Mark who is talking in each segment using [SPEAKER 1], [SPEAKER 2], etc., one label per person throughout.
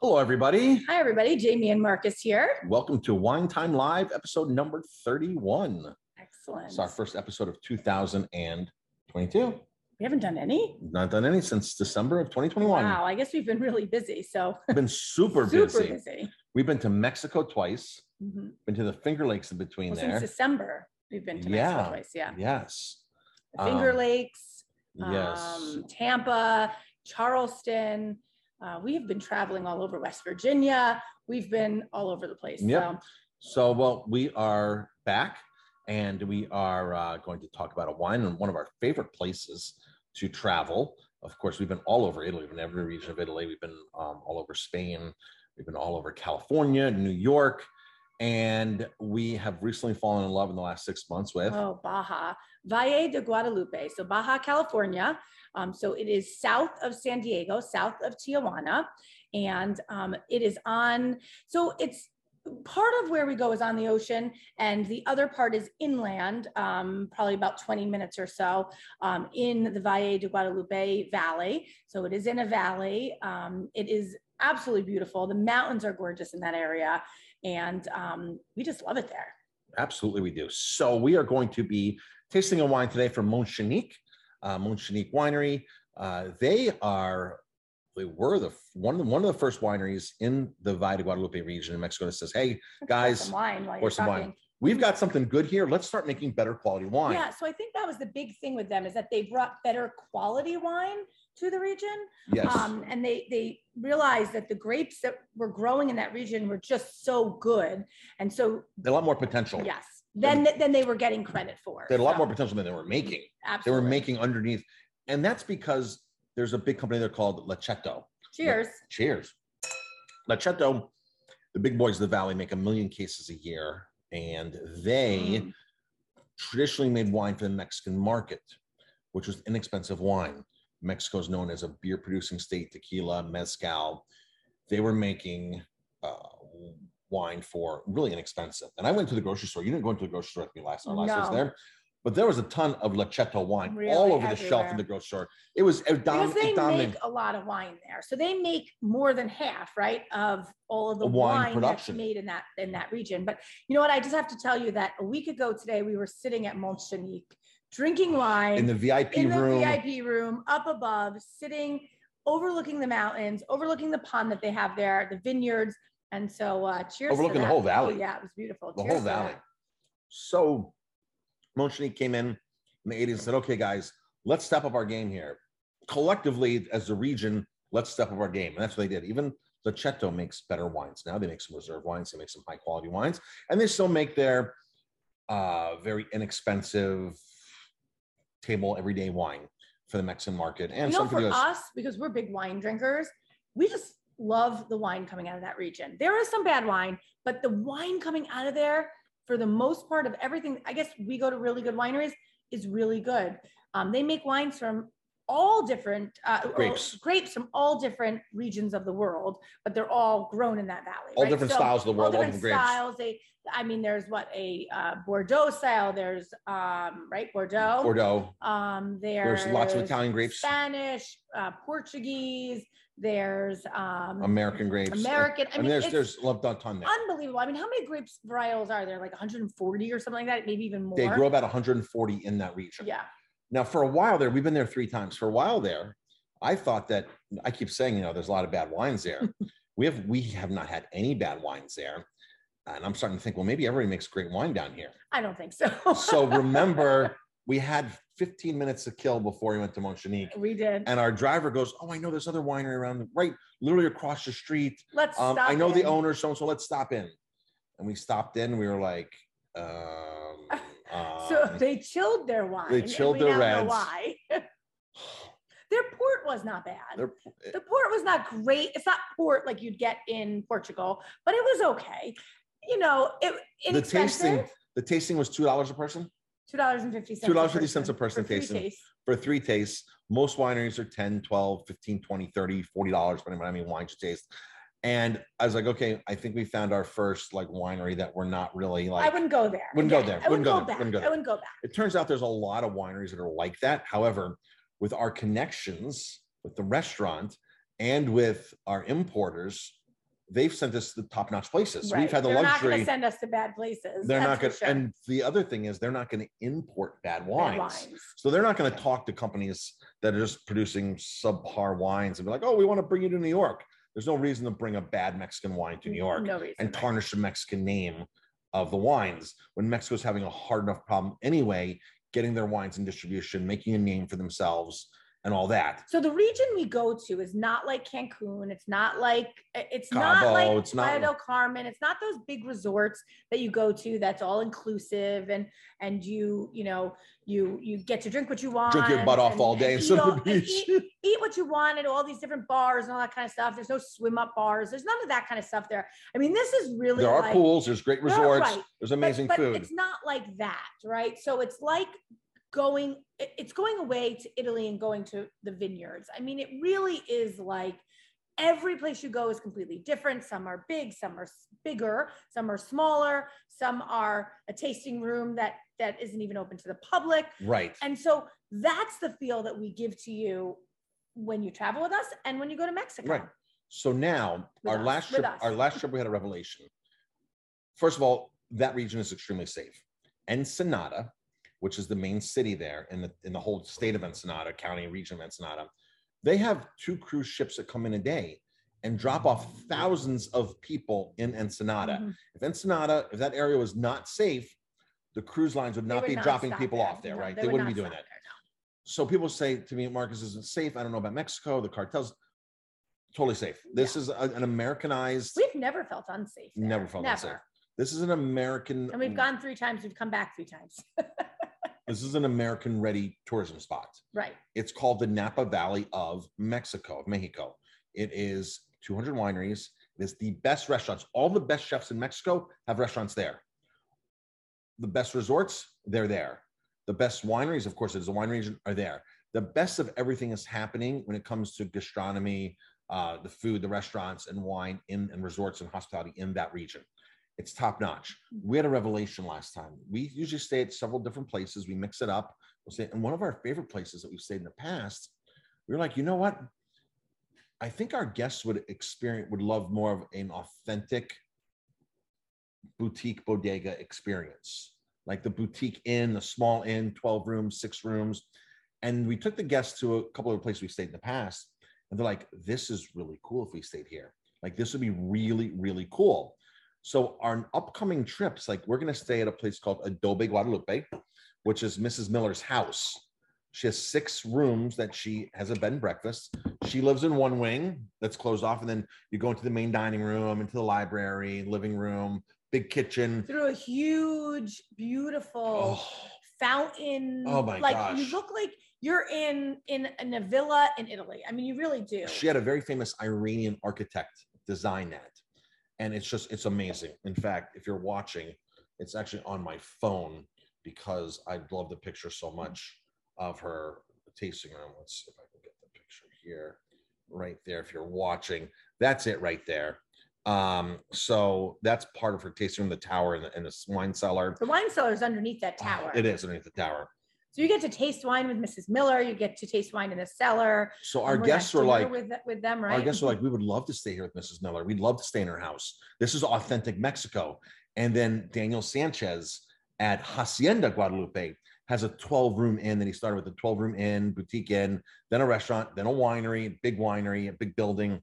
[SPEAKER 1] Hello, everybody.
[SPEAKER 2] Hi, everybody. Jamie and Marcus here.
[SPEAKER 1] Welcome to Wine Time Live, episode number 31.
[SPEAKER 2] Excellent.
[SPEAKER 1] It's our first episode of 2022.
[SPEAKER 2] We haven't done any.
[SPEAKER 1] We've Not done any since December of 2021.
[SPEAKER 2] Wow. I guess we've been really busy. So
[SPEAKER 1] We've been super,
[SPEAKER 2] super
[SPEAKER 1] busy.
[SPEAKER 2] busy.
[SPEAKER 1] We've been to Mexico twice,
[SPEAKER 2] Mhm.
[SPEAKER 1] been to the Finger Lakes in between
[SPEAKER 2] Well, since
[SPEAKER 1] there.
[SPEAKER 2] December, we've been to
[SPEAKER 1] Yeah.
[SPEAKER 2] Mexico twice. Yeah.
[SPEAKER 1] Yes.
[SPEAKER 2] The Finger
[SPEAKER 1] Um,
[SPEAKER 2] Lakes,
[SPEAKER 1] Yes.
[SPEAKER 2] um, Tampa, Charleston. Uh, we have been traveling all over West Virginia. We've been all over the place.
[SPEAKER 1] Yep.
[SPEAKER 2] So
[SPEAKER 1] So, well, we are back and we are uh, going to talk about a wine and one of our favorite places to travel. Of course, we've been all over Italy, we've been every region of Italy, we've been um, all over Spain, we've been all over California, New York, and we have recently fallen in love in the last six months with.
[SPEAKER 2] Oh, Baja, Valle de Guadalupe. So Baja, California. Um, so it is south of San Diego, south of Tijuana. And um, it is on, so it's part of where we go is on the ocean, and the other part is inland, um, probably about 20 minutes or so um, in the Valle de Guadalupe Valley. So it is in a valley. Um, it is absolutely beautiful. The mountains are gorgeous in that area. And um, we just love it there.
[SPEAKER 1] Absolutely, we do. So we are going to be tasting a wine today from Montchenique, uh, Montchenique Winery. Uh, they are, they were the one of the, one of the first wineries in the Valle de Guadalupe region in Mexico that says, "Hey guys,
[SPEAKER 2] Some wine while
[SPEAKER 1] or
[SPEAKER 2] you're
[SPEAKER 1] some wine.
[SPEAKER 2] talking.
[SPEAKER 1] we've got something good here. Let's start making better quality wine."
[SPEAKER 2] Yeah, so I think that was the big thing with them is that they brought better quality wine to the region.
[SPEAKER 1] Yes.
[SPEAKER 2] Um, and they they realized that the grapes that were growing in that region were just so good. And so
[SPEAKER 1] they had a lot more potential.
[SPEAKER 2] yes, then then they were getting credit for.
[SPEAKER 1] They had a lot
[SPEAKER 2] So,
[SPEAKER 1] more potential than they were making. They were
[SPEAKER 2] absolutely.
[SPEAKER 1] making underneath, and that's because there's a big company there called Lachetto.
[SPEAKER 2] cheers.
[SPEAKER 1] Cheers. Lacheto, the big boys of the valley make a million cases a year, and they
[SPEAKER 2] Mm.
[SPEAKER 1] traditionally made wine for the Mexican market, which was inexpensive wine. Mexico is known as a beer producing state, tequila, mezcal. They were making uh, wine for really inexpensive. And I went to the grocery store. You didn't go into the grocery store with me last time. Last I was
[SPEAKER 2] No.
[SPEAKER 1] there. But there was a ton of Lacheto wine all
[SPEAKER 2] Really
[SPEAKER 1] over the shelf
[SPEAKER 2] everywhere.
[SPEAKER 1] in the grocery store. It was it dom-
[SPEAKER 2] because they
[SPEAKER 1] it dominated
[SPEAKER 2] make a lot of wine there, so they make more than half, right, of all of the
[SPEAKER 1] Wine
[SPEAKER 2] wine,
[SPEAKER 1] production.
[SPEAKER 2] that's made in that in that region. But you know what? I just have to tell you that a week ago today, we were sitting at Montchenique drinking wine
[SPEAKER 1] in the VIP
[SPEAKER 2] in the
[SPEAKER 1] room.
[SPEAKER 2] VIP room up above, sitting overlooking the mountains, overlooking the pond that they have there, the vineyards, and so uh, cheers. to
[SPEAKER 1] Overlooking the
[SPEAKER 2] that.
[SPEAKER 1] whole valley.
[SPEAKER 2] Oh, yeah, it was beautiful.
[SPEAKER 1] the
[SPEAKER 2] Cheers
[SPEAKER 1] whole
[SPEAKER 2] to that.
[SPEAKER 1] valley. So Montchenique came in in the 80s and said, okay, guys, let's step up our game here. Collectively, as a region, let's step up our game. And that's what they did. Even Lachetto makes better wines now. They make some reserve wines, they make some high quality wines, and they still make their uh, very inexpensive table everyday wine for the Mexican market and
[SPEAKER 2] you know,
[SPEAKER 1] some for
[SPEAKER 2] for
[SPEAKER 1] the US.
[SPEAKER 2] us, because we're big wine drinkers, we just love the wine coming out of that region. There is some bad wine, but the wine coming out of there, for the most part of everything, I guess we go to really good wineries, is really good. Um, they make wines from all different uh, or
[SPEAKER 1] Grapes.
[SPEAKER 2] grapes from all different regions of the world, but they're all grown in that valley.
[SPEAKER 1] all
[SPEAKER 2] right?
[SPEAKER 1] different
[SPEAKER 2] So-
[SPEAKER 1] styles of the
[SPEAKER 2] all
[SPEAKER 1] world, all
[SPEAKER 2] different
[SPEAKER 1] different grapes.
[SPEAKER 2] styles. They, I mean, there's what a uh, Bordeaux style. There's um, right Bordeaux.
[SPEAKER 1] Bordeaux.
[SPEAKER 2] Um, there's,
[SPEAKER 1] There's lots of Italian grapes,
[SPEAKER 2] Spanish, uh, Portuguese. There's um,
[SPEAKER 1] American grapes.
[SPEAKER 2] American. I
[SPEAKER 1] I
[SPEAKER 2] mean,
[SPEAKER 1] mean, there's
[SPEAKER 2] it's
[SPEAKER 1] there's loved a ton there.
[SPEAKER 2] unbelievable. I mean, how many grapes varietals are there? Like 140 or something like that, maybe even more.
[SPEAKER 1] They grow about 140 in that region.
[SPEAKER 2] yeah,
[SPEAKER 1] Now, for a while there, we've been there three times. For a while there, I thought that I keep saying, you know, there's a lot of bad wines there. we have we have not had any bad wines there, and I'm starting to think, well, maybe everybody makes great wine down here.
[SPEAKER 2] I don't think so.
[SPEAKER 1] So remember, we had 15 minutes to kill before we went to Montchenique.
[SPEAKER 2] we did.
[SPEAKER 1] And our driver goes, Oh, I know there's other winery around the right, literally across the street.
[SPEAKER 2] Let's
[SPEAKER 1] Um,
[SPEAKER 2] stop.
[SPEAKER 1] I know the
[SPEAKER 2] in.
[SPEAKER 1] owner, so and so, let's stop in. And we stopped in. We were like, um,
[SPEAKER 2] So
[SPEAKER 1] um,
[SPEAKER 2] they chilled their wine. and
[SPEAKER 1] chilled
[SPEAKER 2] we
[SPEAKER 1] their
[SPEAKER 2] now
[SPEAKER 1] reds.
[SPEAKER 2] know Why? their port was not bad.
[SPEAKER 1] Their- eh,
[SPEAKER 2] the port was not great. It's not port like you'd get in Portugal, but it was okay. You know, it
[SPEAKER 1] the tasting
[SPEAKER 2] inexpensive.
[SPEAKER 1] the tasting was two dollars a person
[SPEAKER 2] Two dollars and fifty cents.
[SPEAKER 1] $2.50 a person tasting.
[SPEAKER 2] Taste.
[SPEAKER 1] for three tastes most wineries are 10 12 15 20 30 40 dollars depending on how many wines you taste and i was like okay i think we found our first like winery that we're not really
[SPEAKER 2] I
[SPEAKER 1] like
[SPEAKER 2] wouldn't go there.
[SPEAKER 1] Wouldn't go
[SPEAKER 2] again.
[SPEAKER 1] there.
[SPEAKER 2] I
[SPEAKER 1] Wouldn't
[SPEAKER 2] wouldn't,
[SPEAKER 1] go
[SPEAKER 2] go,
[SPEAKER 1] there.
[SPEAKER 2] back.
[SPEAKER 1] Wouldn't go there.
[SPEAKER 2] I wouldn't go back.
[SPEAKER 1] it turns out there's a lot of wineries that are like that however with our connections with the restaurant and with our importers they've sent us the top notch places. So
[SPEAKER 2] Right.
[SPEAKER 1] We've had the
[SPEAKER 2] they're not going
[SPEAKER 1] luxury.
[SPEAKER 2] to send us to bad places.
[SPEAKER 1] they're not going
[SPEAKER 2] that's
[SPEAKER 1] to.
[SPEAKER 2] for sure.
[SPEAKER 1] And the other thing is, they're not going to import bad
[SPEAKER 2] Bad
[SPEAKER 1] wines.
[SPEAKER 2] wines.
[SPEAKER 1] So they're not going to talk to companies that are just producing subpar wines and be like, oh, we want to bring you to New York. There's no reason to bring a bad Mexican wine to New York
[SPEAKER 2] No reason.
[SPEAKER 1] and tarnish the Mexican name of the wines when Mexico's having a hard enough problem anyway, getting their wines in distribution, making a name for themselves, and all that.
[SPEAKER 2] So the region we go to is not like Cancun. It's not like it's
[SPEAKER 1] Cabo,
[SPEAKER 2] not like
[SPEAKER 1] it's not-
[SPEAKER 2] Playa del Carmen. It's not those big resorts that you go to that's all inclusive and and you you know you you get to drink what you want.
[SPEAKER 1] Drink your butt off
[SPEAKER 2] and-
[SPEAKER 1] all day and
[SPEAKER 2] and eat
[SPEAKER 1] sit
[SPEAKER 2] all-
[SPEAKER 1] on the
[SPEAKER 2] and
[SPEAKER 1] beach.
[SPEAKER 2] eat- eat what you want at all these different bars and all that kind of stuff. There's no swim up bars. There's none of that kind of stuff there. I mean, this is really
[SPEAKER 1] There are
[SPEAKER 2] like,
[SPEAKER 1] pools, there's great
[SPEAKER 2] Right,
[SPEAKER 1] resorts,
[SPEAKER 2] right.
[SPEAKER 1] there's
[SPEAKER 2] but-
[SPEAKER 1] amazing
[SPEAKER 2] but,
[SPEAKER 1] food.
[SPEAKER 2] it's not like that, right? So it's like going, it- it's going away to Italy and going to the vineyards. I mean, it really is like every place you go is completely different. Some are big, some are s- bigger, some are smaller, some are a tasting room that that isn't even open to the public.
[SPEAKER 1] Right.
[SPEAKER 2] And so that's the feel that we give to you when you travel with us and when you go to Mexico.
[SPEAKER 1] Right. So now
[SPEAKER 2] With
[SPEAKER 1] our
[SPEAKER 2] us,
[SPEAKER 1] last
[SPEAKER 2] with
[SPEAKER 1] trip,
[SPEAKER 2] us.
[SPEAKER 1] our last trip, we had a revelation. First of all, that region is extremely safe. Ensenada, which is the main city there in the in the whole state of Ensenada, county, region of Ensenada, they have two cruise ships that come in a day and drop off thousands of people in Ensenada.
[SPEAKER 2] Mhm.
[SPEAKER 1] If Ensenada, if that area was not safe, the cruise lines would
[SPEAKER 2] They
[SPEAKER 1] not
[SPEAKER 2] would
[SPEAKER 1] be dropping
[SPEAKER 2] stop
[SPEAKER 1] people off there,
[SPEAKER 2] No,
[SPEAKER 1] right? They, wouldn't be
[SPEAKER 2] not
[SPEAKER 1] doing
[SPEAKER 2] stop
[SPEAKER 1] that.
[SPEAKER 2] there,
[SPEAKER 1] So people say to me, Marcus isn't safe. I don't know about Mexico, the cartels. Totally safe. This is a- an Americanized.
[SPEAKER 2] no. We've never felt unsafe. there.
[SPEAKER 1] Never felt unsafe.
[SPEAKER 2] Never.
[SPEAKER 1] This is an American.
[SPEAKER 2] And we've gone three times, we've come back three times.
[SPEAKER 1] This is an American ready tourism spot.
[SPEAKER 2] Right.
[SPEAKER 1] It's called the Napa Valley of Mexico, of Mexico. It is 200 wineries. It is the best restaurants. All the best chefs in Mexico have restaurants there. The best resorts, they're there. The best wineries, of course, it is a wine region, are there. The best of everything is happening when it comes to gastronomy, uh, the food, the restaurants, and wine in and resorts and hospitality in that region. It's top notch. We had a revelation last time. We usually stay at several different places. We mix it up. We'll stay, and one of our favorite places that we've stayed in the past, we were like, you know what? I think our guests would experience would love more of an authentic boutique bodega experience, like the boutique inn, the small inn, twelve rooms, six rooms, and we took the guests to a couple of places we stayed in the past, and they're like, this is really cool if we stayed here. Like this would be really really cool. So our upcoming trips, like we're gonna stay at a place called Adobe Guadalupe, which is Mrs. Miller's house. She has six rooms that she has a bed and breakfast. She lives in one wing that's closed off, and then you go into the main dining room, into the library, living room, big kitchen.
[SPEAKER 2] Through a huge, beautiful
[SPEAKER 1] Oh,
[SPEAKER 2] fountain.
[SPEAKER 1] Oh my
[SPEAKER 2] like
[SPEAKER 1] gosh.
[SPEAKER 2] you look like you're in in in a villa in Italy. I mean, you really do.
[SPEAKER 1] she had a very famous Iranian architect design that, and it's just it's amazing. In fact, if you're watching, it's actually on my phone because I love the picture so much of her tasting room. Let's see if I can get the picture here, right there. If you're watching, that's it right there. Um, so that's part of her tasting room, the tower and the, and the wine cellar.
[SPEAKER 2] the wine cellar is underneath that tower.
[SPEAKER 1] Ah, It is underneath the tower.
[SPEAKER 2] So you get to taste wine with Mrs. Miller. You get to taste wine in the cellar.
[SPEAKER 1] So
[SPEAKER 2] and
[SPEAKER 1] our
[SPEAKER 2] we're at
[SPEAKER 1] guests were
[SPEAKER 2] dinner
[SPEAKER 1] like,
[SPEAKER 2] with, th- with them, right?
[SPEAKER 1] our guests were like, we would love to stay here with Mrs. Miller. We'd love to stay in her house. This is authentic Mexico. And then Daniel Sanchez at Hacienda Guadalupe has a 12 room inn that he started with a 12 room inn, boutique inn, then a restaurant, then a winery, big winery, a big building.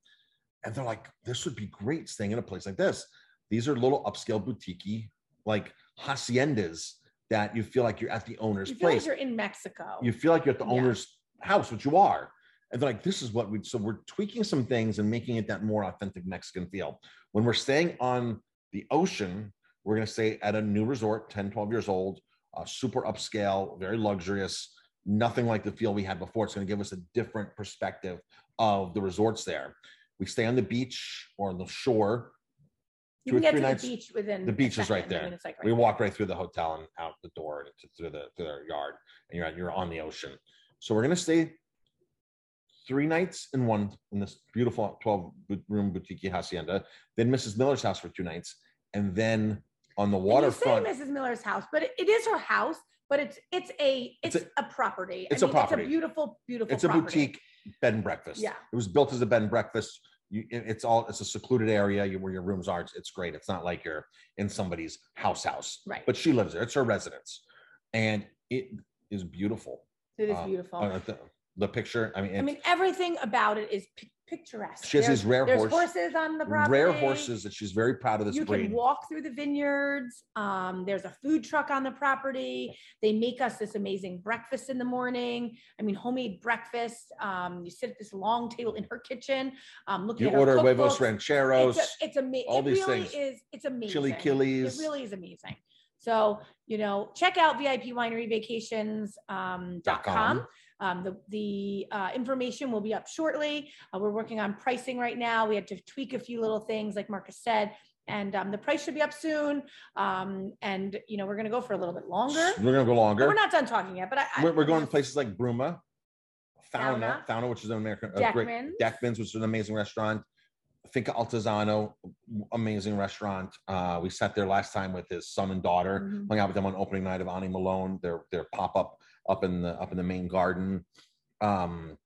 [SPEAKER 1] And they're like, this would be great staying in a place like this. These are little upscale boutique like haciendas that you feel like you're at the owner's
[SPEAKER 2] you feel
[SPEAKER 1] place
[SPEAKER 2] like you're in Mexico.
[SPEAKER 1] you feel like you're at the
[SPEAKER 2] Yeah.
[SPEAKER 1] owner's house, which you are. And they're like, this is what we so we're tweaking some things and making it that more authentic Mexican feel. When we're staying on the ocean, we're gonna stay at a new resort, 10, 12 years old, uh, super upscale, very luxurious, nothing like the feel we had before. It's gonna give us a different perspective of the resorts there. We stay on the beach or on the shore.
[SPEAKER 2] You
[SPEAKER 1] two or
[SPEAKER 2] can get
[SPEAKER 1] three
[SPEAKER 2] to
[SPEAKER 1] nights-
[SPEAKER 2] the beach within
[SPEAKER 1] the
[SPEAKER 2] a
[SPEAKER 1] beach is right
[SPEAKER 2] second. I
[SPEAKER 1] there.
[SPEAKER 2] mean, it's like
[SPEAKER 1] We
[SPEAKER 2] right
[SPEAKER 1] walk right through the hotel and out the door and to, through the through their yard, and you're at, you're on the ocean. So we're gonna stay three nights in one in this beautiful twelve bo- room boutique hacienda, then Mrs. Miller's house for two nights, and then on the
[SPEAKER 2] And you say
[SPEAKER 1] waterfront.
[SPEAKER 2] Mrs. Miller's house, but it- it is her house, but it's it's a
[SPEAKER 1] It's
[SPEAKER 2] it's, a, property.
[SPEAKER 1] it's a property.
[SPEAKER 2] It's a beautiful, beautiful.
[SPEAKER 1] It's a
[SPEAKER 2] property.
[SPEAKER 1] boutique bed and breakfast.
[SPEAKER 2] Yeah.
[SPEAKER 1] it was built as a bed and breakfast. you, it- it's all it's a secluded area you- where your rooms are. It's, it's great. It's not like you're in somebody's house house.
[SPEAKER 2] Right.
[SPEAKER 1] But she lives there. It's her residence, and it is beautiful.
[SPEAKER 2] It is
[SPEAKER 1] Um,
[SPEAKER 2] beautiful.
[SPEAKER 1] Uh, the, the picture. I mean,
[SPEAKER 2] I
[SPEAKER 1] it's-
[SPEAKER 2] mean, everything about it is pic- picturesque.
[SPEAKER 1] she has
[SPEAKER 2] There's-
[SPEAKER 1] these rare
[SPEAKER 2] there's
[SPEAKER 1] horse,
[SPEAKER 2] horses on the property.
[SPEAKER 1] rare horses that she's very proud of this
[SPEAKER 2] you
[SPEAKER 1] breed.
[SPEAKER 2] can walk through the vineyards. Um, there's a food truck on the property. They make us this amazing breakfast in the morning. I mean, homemade breakfast. Um, you sit at this long table in her kitchen, um, looking
[SPEAKER 1] you
[SPEAKER 2] at her
[SPEAKER 1] order huevos
[SPEAKER 2] cookbooks.
[SPEAKER 1] rancheros,
[SPEAKER 2] It's, a, it's amazing.
[SPEAKER 1] all
[SPEAKER 2] it
[SPEAKER 1] these
[SPEAKER 2] really
[SPEAKER 1] things.
[SPEAKER 2] is. It's amazing.
[SPEAKER 1] chili
[SPEAKER 2] It
[SPEAKER 1] killies.
[SPEAKER 2] really is amazing. So, you know, check out VIPWineryVacations.com.
[SPEAKER 1] Dot
[SPEAKER 2] com.
[SPEAKER 1] com.
[SPEAKER 2] Um, the the uh, information will be up shortly. Uh, we're working on pricing right now. We had to tweak a few little things, like Marcus said, and um, the price should be up soon. Um, and, you know, we're going to go for a little bit longer.
[SPEAKER 1] We're gonna go
[SPEAKER 2] But
[SPEAKER 1] longer.
[SPEAKER 2] we're not done talking yet, but I, I-
[SPEAKER 1] We're, we're going to places like Bruma, Fauna,
[SPEAKER 2] Fauna.
[SPEAKER 1] Fauna, which is an American, a great
[SPEAKER 2] Deckman.
[SPEAKER 1] Deckman's, which is an amazing restaurant. Finca Altazano, amazing restaurant. Uh, we sat there last time with his son and daughter.
[SPEAKER 2] Mhm.
[SPEAKER 1] Hung out with them on opening night of Ani Malone. Their their pop up up in the up in the main garden. Um,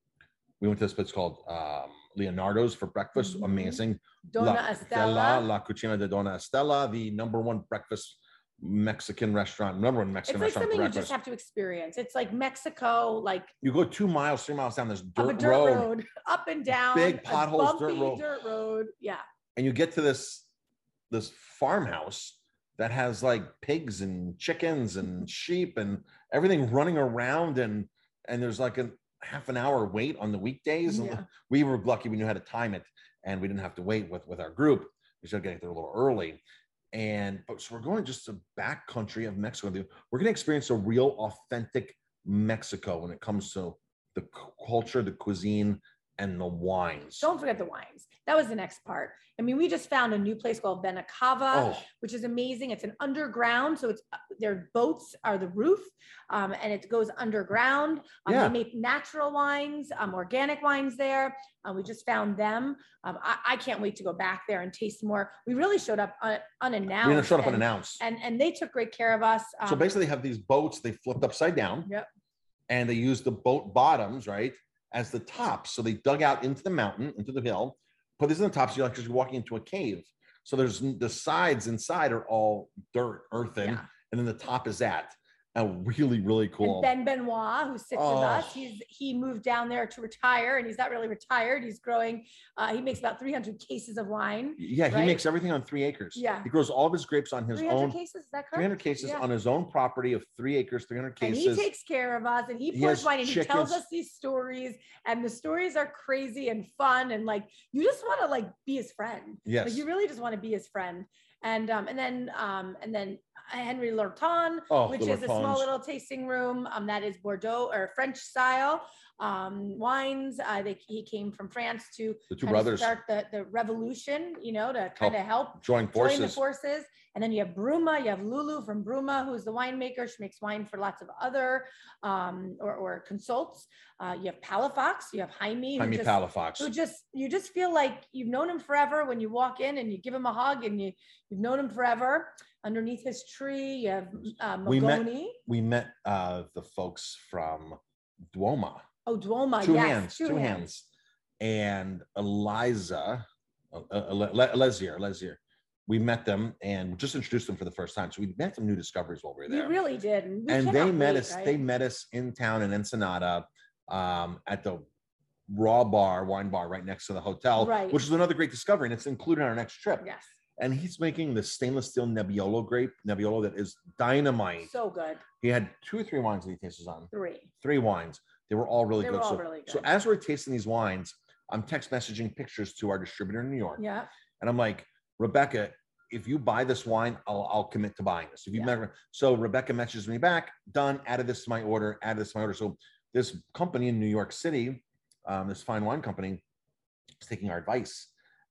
[SPEAKER 1] we went to this place called um, Leonardo's for breakfast.
[SPEAKER 2] Mhm.
[SPEAKER 1] Amazing.
[SPEAKER 2] Donna
[SPEAKER 1] La
[SPEAKER 2] Estella.
[SPEAKER 1] La Cucina de Donna Estela, the number one breakfast Mexican restaurant, number one
[SPEAKER 2] It's
[SPEAKER 1] Mexican
[SPEAKER 2] like
[SPEAKER 1] restaurant for
[SPEAKER 2] something you
[SPEAKER 1] breakfast.
[SPEAKER 2] just have to experience. It's like Mexico, like
[SPEAKER 1] you go two miles, three miles down this
[SPEAKER 2] up a
[SPEAKER 1] dirt,
[SPEAKER 2] dirt
[SPEAKER 1] road,
[SPEAKER 2] road. up and down,
[SPEAKER 1] Big
[SPEAKER 2] a
[SPEAKER 1] potholes, dirt
[SPEAKER 2] bumpy
[SPEAKER 1] road.
[SPEAKER 2] dirt road. Yeah,
[SPEAKER 1] and you get to this this farmhouse that has like pigs and chickens and sheep and everything running around and and there's like a half an hour wait on the weekdays. And
[SPEAKER 2] Yeah.
[SPEAKER 1] we were lucky we knew how to time it and we didn't have to wait with with our group. We started getting there a little early. And but so we're going just the back country of Mexico. We're gonna experience a real authentic Mexico when it comes to the cu- culture, the cuisine, and the wines.
[SPEAKER 2] don't forget the wines. That was the next part. I mean, we just found a new place called Benacava,
[SPEAKER 1] oh,
[SPEAKER 2] which is amazing. It's an underground, so it's their boats are the roof, um, and it goes underground. Um,
[SPEAKER 1] Yeah.
[SPEAKER 2] They make natural wines, um, organic wines there. Uh, we just found them. Um, I, I can't wait to go back there and taste more. We really showed up un- unannounced.
[SPEAKER 1] we showed up
[SPEAKER 2] and,
[SPEAKER 1] unannounced.
[SPEAKER 2] And and they took great care of us.
[SPEAKER 1] So
[SPEAKER 2] um,
[SPEAKER 1] basically, they have these boats they flipped upside down.
[SPEAKER 2] Yep.
[SPEAKER 1] And they used the boat bottoms, right, as the tops. So they dug out into the mountain, into the hill, put these in the tops. You're like just walking into a cave. So there's n- the sides inside are all dirt, earthen,
[SPEAKER 2] yeah.
[SPEAKER 1] and then the top is that. And really, really cool.
[SPEAKER 2] And Ben Benoit, who sits
[SPEAKER 1] Oh.
[SPEAKER 2] with us, he's he moved down there to retire, and he's not really retired. He's growing. Uh, he makes about 300 cases of wine.
[SPEAKER 1] yeah, he
[SPEAKER 2] right?
[SPEAKER 1] makes everything on three acres.
[SPEAKER 2] Yeah.
[SPEAKER 1] He grows all of his grapes on his
[SPEAKER 2] 300
[SPEAKER 1] own
[SPEAKER 2] cases, is that correct?
[SPEAKER 1] 300 cases
[SPEAKER 2] Yeah.
[SPEAKER 1] on his own property of three acres, 300
[SPEAKER 2] and
[SPEAKER 1] cases.
[SPEAKER 2] he takes care of us, and he
[SPEAKER 1] He
[SPEAKER 2] pours
[SPEAKER 1] has
[SPEAKER 2] wine, and he tells
[SPEAKER 1] chickens.
[SPEAKER 2] us these stories, and the stories are crazy and fun, and like you just want to like be his friend.
[SPEAKER 1] yes.
[SPEAKER 2] Like you really just want to be his friend. And um, and then um, and then Henry Lorton,
[SPEAKER 1] oh,
[SPEAKER 2] which
[SPEAKER 1] the
[SPEAKER 2] is a small
[SPEAKER 1] Racones.
[SPEAKER 2] little tasting room um, that is Bordeaux or French style um, wines. Uh, they, he came from France to
[SPEAKER 1] The two
[SPEAKER 2] kinda
[SPEAKER 1] brothers
[SPEAKER 2] start the, the revolution, you know, to kind of help
[SPEAKER 1] joined
[SPEAKER 2] join the
[SPEAKER 1] forces.
[SPEAKER 2] forces. And then you have Bruma, you have Lulu from Bruma, who's the winemaker. She makes wine for lots of other um, or, or consults. Uh, you have Palafox, you have Jaime. who
[SPEAKER 1] Jaime
[SPEAKER 2] just-
[SPEAKER 1] Palafox.
[SPEAKER 2] who just you just feel like you've known him forever when you walk in and you give him a hug and you you've known him forever underneath his tree you have uh,
[SPEAKER 1] We met-
[SPEAKER 2] Magoni.
[SPEAKER 1] we met uh, the folks from Duoma.
[SPEAKER 2] oh Duoma
[SPEAKER 1] two
[SPEAKER 2] yes
[SPEAKER 1] hands, two, hands. and Eliza, uh, uh, Le- Le- Lezier, Lezier. We met them and just introduced them for the first time. So we met some new discoveries while we were
[SPEAKER 2] you
[SPEAKER 1] there.
[SPEAKER 2] really did we
[SPEAKER 1] and they
[SPEAKER 2] cannot
[SPEAKER 1] met
[SPEAKER 2] wait,
[SPEAKER 1] us.
[SPEAKER 2] right?
[SPEAKER 1] They met us in town in Ensenada um, at the Raw Bar, wine bar right next to the hotel,
[SPEAKER 2] Right.
[SPEAKER 1] which is another great discovery, and it's included on our next trip.
[SPEAKER 2] yes
[SPEAKER 1] And he's making the stainless steel Nebbiolo grape, Nebbiolo that is dynamite.
[SPEAKER 2] so good
[SPEAKER 1] He had two or three wines that he tasted on,
[SPEAKER 2] three
[SPEAKER 1] three wines. They were all really
[SPEAKER 2] They were
[SPEAKER 1] good.
[SPEAKER 2] all
[SPEAKER 1] so,
[SPEAKER 2] really
[SPEAKER 1] so
[SPEAKER 2] good.
[SPEAKER 1] as we're tasting these wines, I'm text messaging pictures to our distributor in New York,
[SPEAKER 2] yeah
[SPEAKER 1] and I'm like, Rebecca, if you buy this wine, I'll, I'll commit to buying this. If you
[SPEAKER 2] Yeah.
[SPEAKER 1] never, so Rebecca messages me back, done. Added this to my order. Added this to my order. So this company in New York City, um, this fine wine company, is taking our advice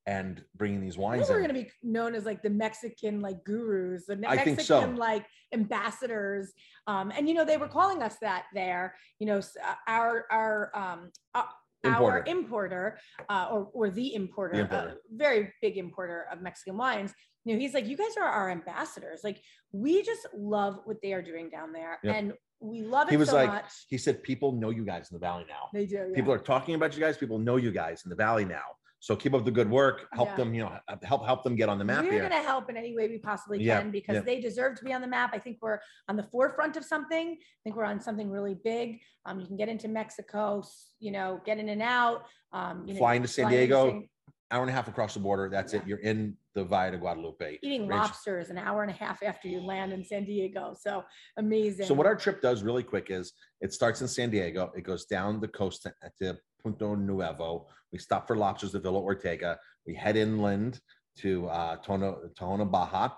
[SPEAKER 1] and bringing these
[SPEAKER 2] I think
[SPEAKER 1] wines
[SPEAKER 2] we're
[SPEAKER 1] in.
[SPEAKER 2] going to be known as like the Mexican like gurus, the
[SPEAKER 1] I
[SPEAKER 2] Mexican
[SPEAKER 1] think so.
[SPEAKER 2] like ambassadors. Um, and you know they were calling us that there. You know s- uh, our our um, uh, our
[SPEAKER 1] Importer.
[SPEAKER 2] importer uh, or or the importer,
[SPEAKER 1] The
[SPEAKER 2] uh,
[SPEAKER 1] importer.
[SPEAKER 2] very big importer of Mexican wines. You know he's like you guys are our ambassadors. Like we just love what they are doing down there,
[SPEAKER 1] Yep.
[SPEAKER 2] and we love it
[SPEAKER 1] He was
[SPEAKER 2] so
[SPEAKER 1] like-
[SPEAKER 2] much.
[SPEAKER 1] he said, people know you guys in the valley now.
[SPEAKER 2] They do.
[SPEAKER 1] People are talking about you guys. People know you guys in the valley now. So keep up the good work. Help
[SPEAKER 2] Yeah.
[SPEAKER 1] them, you know, help help them get on the map
[SPEAKER 2] We're
[SPEAKER 1] here.
[SPEAKER 2] going to help in any way we possibly
[SPEAKER 1] Yeah,
[SPEAKER 2] can because
[SPEAKER 1] yeah.
[SPEAKER 2] they deserve to be on the map. I think we're on the forefront of something. I think we're on something really big. Um, you can get into Mexico, s- you know, get in and out. Um, you know,
[SPEAKER 1] Flying to San
[SPEAKER 2] fly into
[SPEAKER 1] Diego,
[SPEAKER 2] San-
[SPEAKER 1] hour and a half across the border. That's it.
[SPEAKER 2] Yeah.
[SPEAKER 1] You're in the Via de Guadalupe.
[SPEAKER 2] eating
[SPEAKER 1] Ranch-
[SPEAKER 2] lobster is an hour and a half after you land in San Diego. So amazing.
[SPEAKER 1] So what our trip does really quick is it starts in San Diego. It goes down the coast to, to Punto Nuevo. We stop for lobsters at Villa Ortega. We head inland to uh, Tono, Tohono Baja.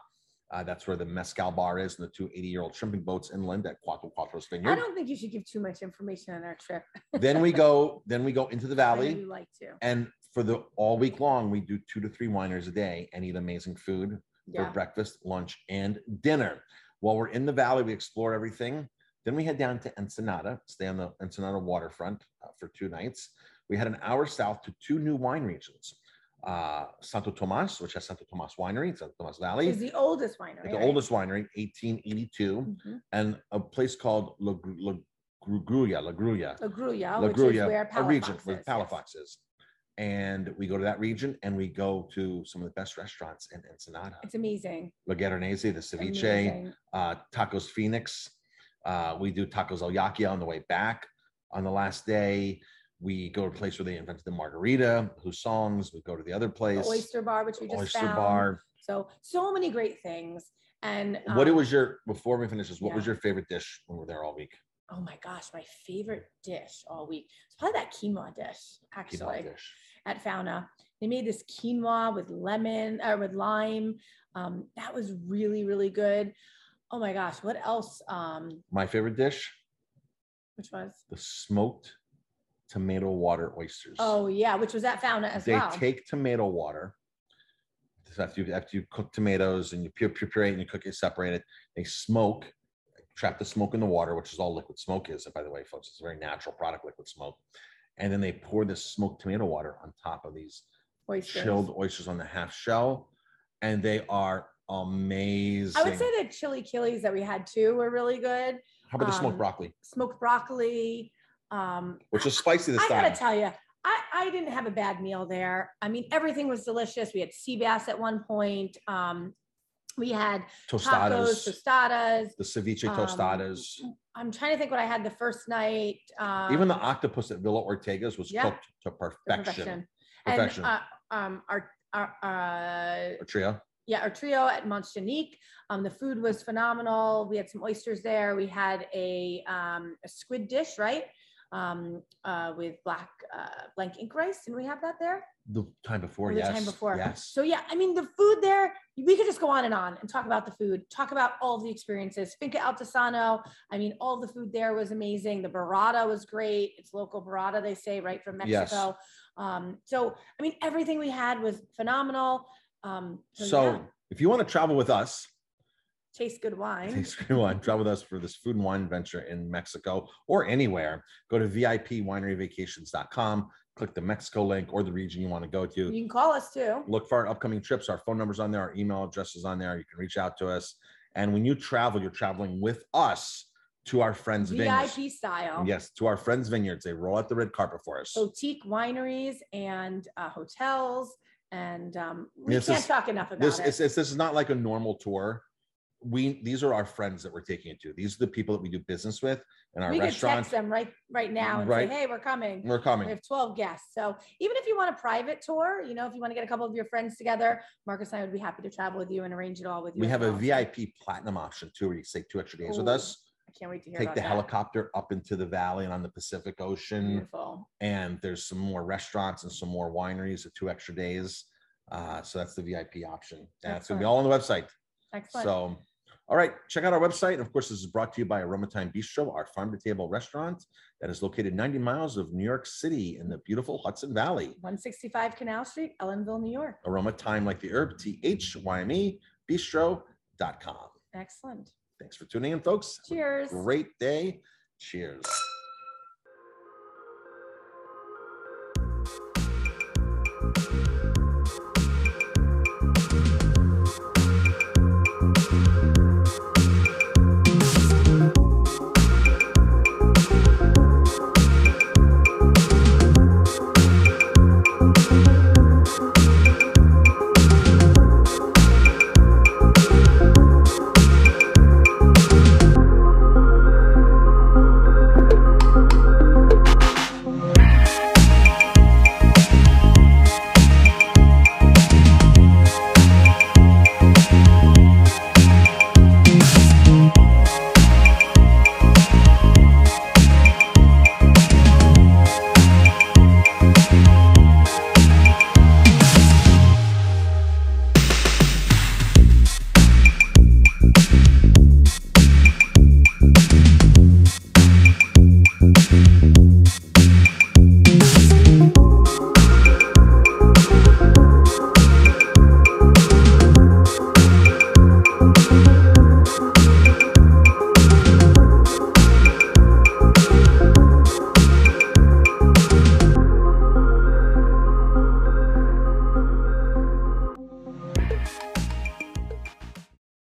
[SPEAKER 1] Uh, that's where the Mezcal bar is and the two 80 year old shrimping boats inland at Cuatro Cuatros
[SPEAKER 2] I
[SPEAKER 1] Vineyard.
[SPEAKER 2] don't think you should give too much information on our trip.
[SPEAKER 1] then we go, then we go into the
[SPEAKER 2] I know
[SPEAKER 1] valley.
[SPEAKER 2] You like to.
[SPEAKER 1] And for the all week long, we do two to three winers a day and eat amazing food for
[SPEAKER 2] Yeah.
[SPEAKER 1] breakfast, lunch, and dinner. While we're in the valley, we explore everything. Then we head down to Ensenada, stay on the Ensenada waterfront uh, for two nights. We head an hour south to two new wine regions uh, Santo Tomas, which has Santo Tomas Winery, Santo Tomas Valley,
[SPEAKER 2] Is the oldest winery.
[SPEAKER 1] the
[SPEAKER 2] right?
[SPEAKER 1] oldest winery, 1882,
[SPEAKER 2] Mhm.
[SPEAKER 1] and a place called La, Gru- La Gruya, La Gruya,
[SPEAKER 2] La Gruya,
[SPEAKER 1] La
[SPEAKER 2] Oh, which is
[SPEAKER 1] Gruya,
[SPEAKER 2] where
[SPEAKER 1] a
[SPEAKER 2] Palafox
[SPEAKER 1] region
[SPEAKER 2] is.
[SPEAKER 1] where
[SPEAKER 2] yes.
[SPEAKER 1] Palafox is. And we go to that region and we go to some of the best restaurants in Ensenada.
[SPEAKER 2] It's amazing.
[SPEAKER 1] La Guerranese, the ceviche,
[SPEAKER 2] amazing.
[SPEAKER 1] uh, Tacos Phoenix. Uh, we do Tacos El Yaqui on the way back. On the last day, we go to a place where they invented the margarita, whose songs. We go to the other
[SPEAKER 2] The
[SPEAKER 1] place,
[SPEAKER 2] oyster bar, which we just
[SPEAKER 1] Oyster
[SPEAKER 2] found.
[SPEAKER 1] Bar.
[SPEAKER 2] So so many great things. And
[SPEAKER 1] what it
[SPEAKER 2] um,
[SPEAKER 1] was your before we finish this? What was
[SPEAKER 2] yeah.
[SPEAKER 1] your favorite dish when we were there all week?
[SPEAKER 2] Oh my gosh, my favorite dish all week. It's probably that quinoa dish, actually.
[SPEAKER 1] Keep on dish.
[SPEAKER 2] at Fauna. They made this quinoa with lemon or with lime. Um, that was really, really good. Oh my gosh, what else? Um,
[SPEAKER 1] My favorite dish:
[SPEAKER 2] which was
[SPEAKER 1] the smoked tomato water oysters.
[SPEAKER 2] oh yeah, which was at Fauna as
[SPEAKER 1] they
[SPEAKER 2] well.
[SPEAKER 1] take tomato water. This is after you after you cook tomatoes and you pure puree and you cook it, separate it. They smoke, trap the smoke in the water, which is all liquid smoke is. By the way, folks, it's a very natural product, liquid smoke. And then they pour this smoked tomato water on top of these
[SPEAKER 2] oysters.
[SPEAKER 1] chilled oysters on the half shell, and they are amazing.
[SPEAKER 2] I would say the chili killies that we had too were really good.
[SPEAKER 1] How about the smoked
[SPEAKER 2] um,
[SPEAKER 1] broccoli,
[SPEAKER 2] Smoked broccoli. Um,
[SPEAKER 1] which is spicy this
[SPEAKER 2] I
[SPEAKER 1] time?
[SPEAKER 2] gotta tell you, I, I didn't have a bad meal there. I mean, everything was delicious. We had sea bass at one point. Um, we had
[SPEAKER 1] tostadas,
[SPEAKER 2] tacos, tostadas.
[SPEAKER 1] the ceviche
[SPEAKER 2] um,
[SPEAKER 1] tostadas,
[SPEAKER 2] I'm trying to think what I had the first night. Um,
[SPEAKER 1] even the octopus at Villa Ortega's was
[SPEAKER 2] yeah.
[SPEAKER 1] cooked to perfection.
[SPEAKER 2] perfection. And
[SPEAKER 1] Perfection.
[SPEAKER 2] uh, um, our, our uh,
[SPEAKER 1] Trio.
[SPEAKER 2] yeah, our trio at Montchanique. Um, the food was phenomenal. We had some oysters there. We had a, um, a squid dish, right? Um, uh, with black uh, blank ink rice. Didn't we have that there?
[SPEAKER 1] The time before,
[SPEAKER 2] Or
[SPEAKER 1] yes.
[SPEAKER 2] the time before.
[SPEAKER 1] Yes.
[SPEAKER 2] So yeah, I mean the food there, we could just go on and on and talk about the food, talk about all the experiences. Finca Altesano, I mean, all the food there was amazing. The burrata was great. It's local burrata, they say, right from
[SPEAKER 1] Yes.
[SPEAKER 2] Mexico. Um, so I mean, everything we had was phenomenal. Um, so,
[SPEAKER 1] So
[SPEAKER 2] yeah,
[SPEAKER 1] if you want to travel with us,
[SPEAKER 2] taste good wine.
[SPEAKER 1] thanks for one, travel with us for this food and wine adventure in Mexico or anywhere, go to VIPwineryvacations.com, click the Mexico link or the region you want to go
[SPEAKER 2] You
[SPEAKER 1] to.
[SPEAKER 2] can call us too.
[SPEAKER 1] Look for our upcoming trips. Our phone number's on there, our email address is on there. You can reach out to us. And when you travel, you're traveling with us to our friends' vineyards.
[SPEAKER 2] VIP style.
[SPEAKER 1] Yes, to our friends' vineyards. They roll out the red carpet for us.
[SPEAKER 2] Boutique wineries and uh, hotels. And um, we
[SPEAKER 1] This
[SPEAKER 2] can't
[SPEAKER 1] is-
[SPEAKER 2] talk enough about
[SPEAKER 1] this
[SPEAKER 2] it.
[SPEAKER 1] is this is not like a normal tour. We these are our friends that we're taking it to. These are the people that we do business with in our
[SPEAKER 2] we could
[SPEAKER 1] restaurant.
[SPEAKER 2] text them right right now and
[SPEAKER 1] Right.
[SPEAKER 2] say, hey, we're coming.
[SPEAKER 1] We're coming.
[SPEAKER 2] We have 12 guests. So even if you want a private tour, you know, if you want to get a couple of your friends together, Marcus and I would be happy to travel with you and arrange it all with you.
[SPEAKER 1] we
[SPEAKER 2] as
[SPEAKER 1] have a
[SPEAKER 2] well.
[SPEAKER 1] VIP platinum option too, where you stay two extra days with
[SPEAKER 2] Ooh,
[SPEAKER 1] us.
[SPEAKER 2] I can't wait to hear
[SPEAKER 1] Take
[SPEAKER 2] about
[SPEAKER 1] the
[SPEAKER 2] that.
[SPEAKER 1] helicopter up into the valley and on the Pacific Ocean.
[SPEAKER 2] Beautiful.
[SPEAKER 1] And there's some more restaurants and some more wineries at two extra days. Uh, so that's the VIP option. That's gonna be
[SPEAKER 2] Excellent.
[SPEAKER 1] all on the website.
[SPEAKER 2] Excellent.
[SPEAKER 1] So, all right, check out our website. And of course, this is brought to you by Aromatime Bistro, our farm to table restaurant that is located 90 miles of New York City in the beautiful Hudson Valley.
[SPEAKER 2] 165 Canal Street, Ellenville, New York.
[SPEAKER 1] Aroma Time, like the herb, T H Y M E, bistro.com.
[SPEAKER 2] Excellent.
[SPEAKER 1] Thanks for tuning in, folks. Have a
[SPEAKER 2] Cheers.
[SPEAKER 1] Great day. Cheers.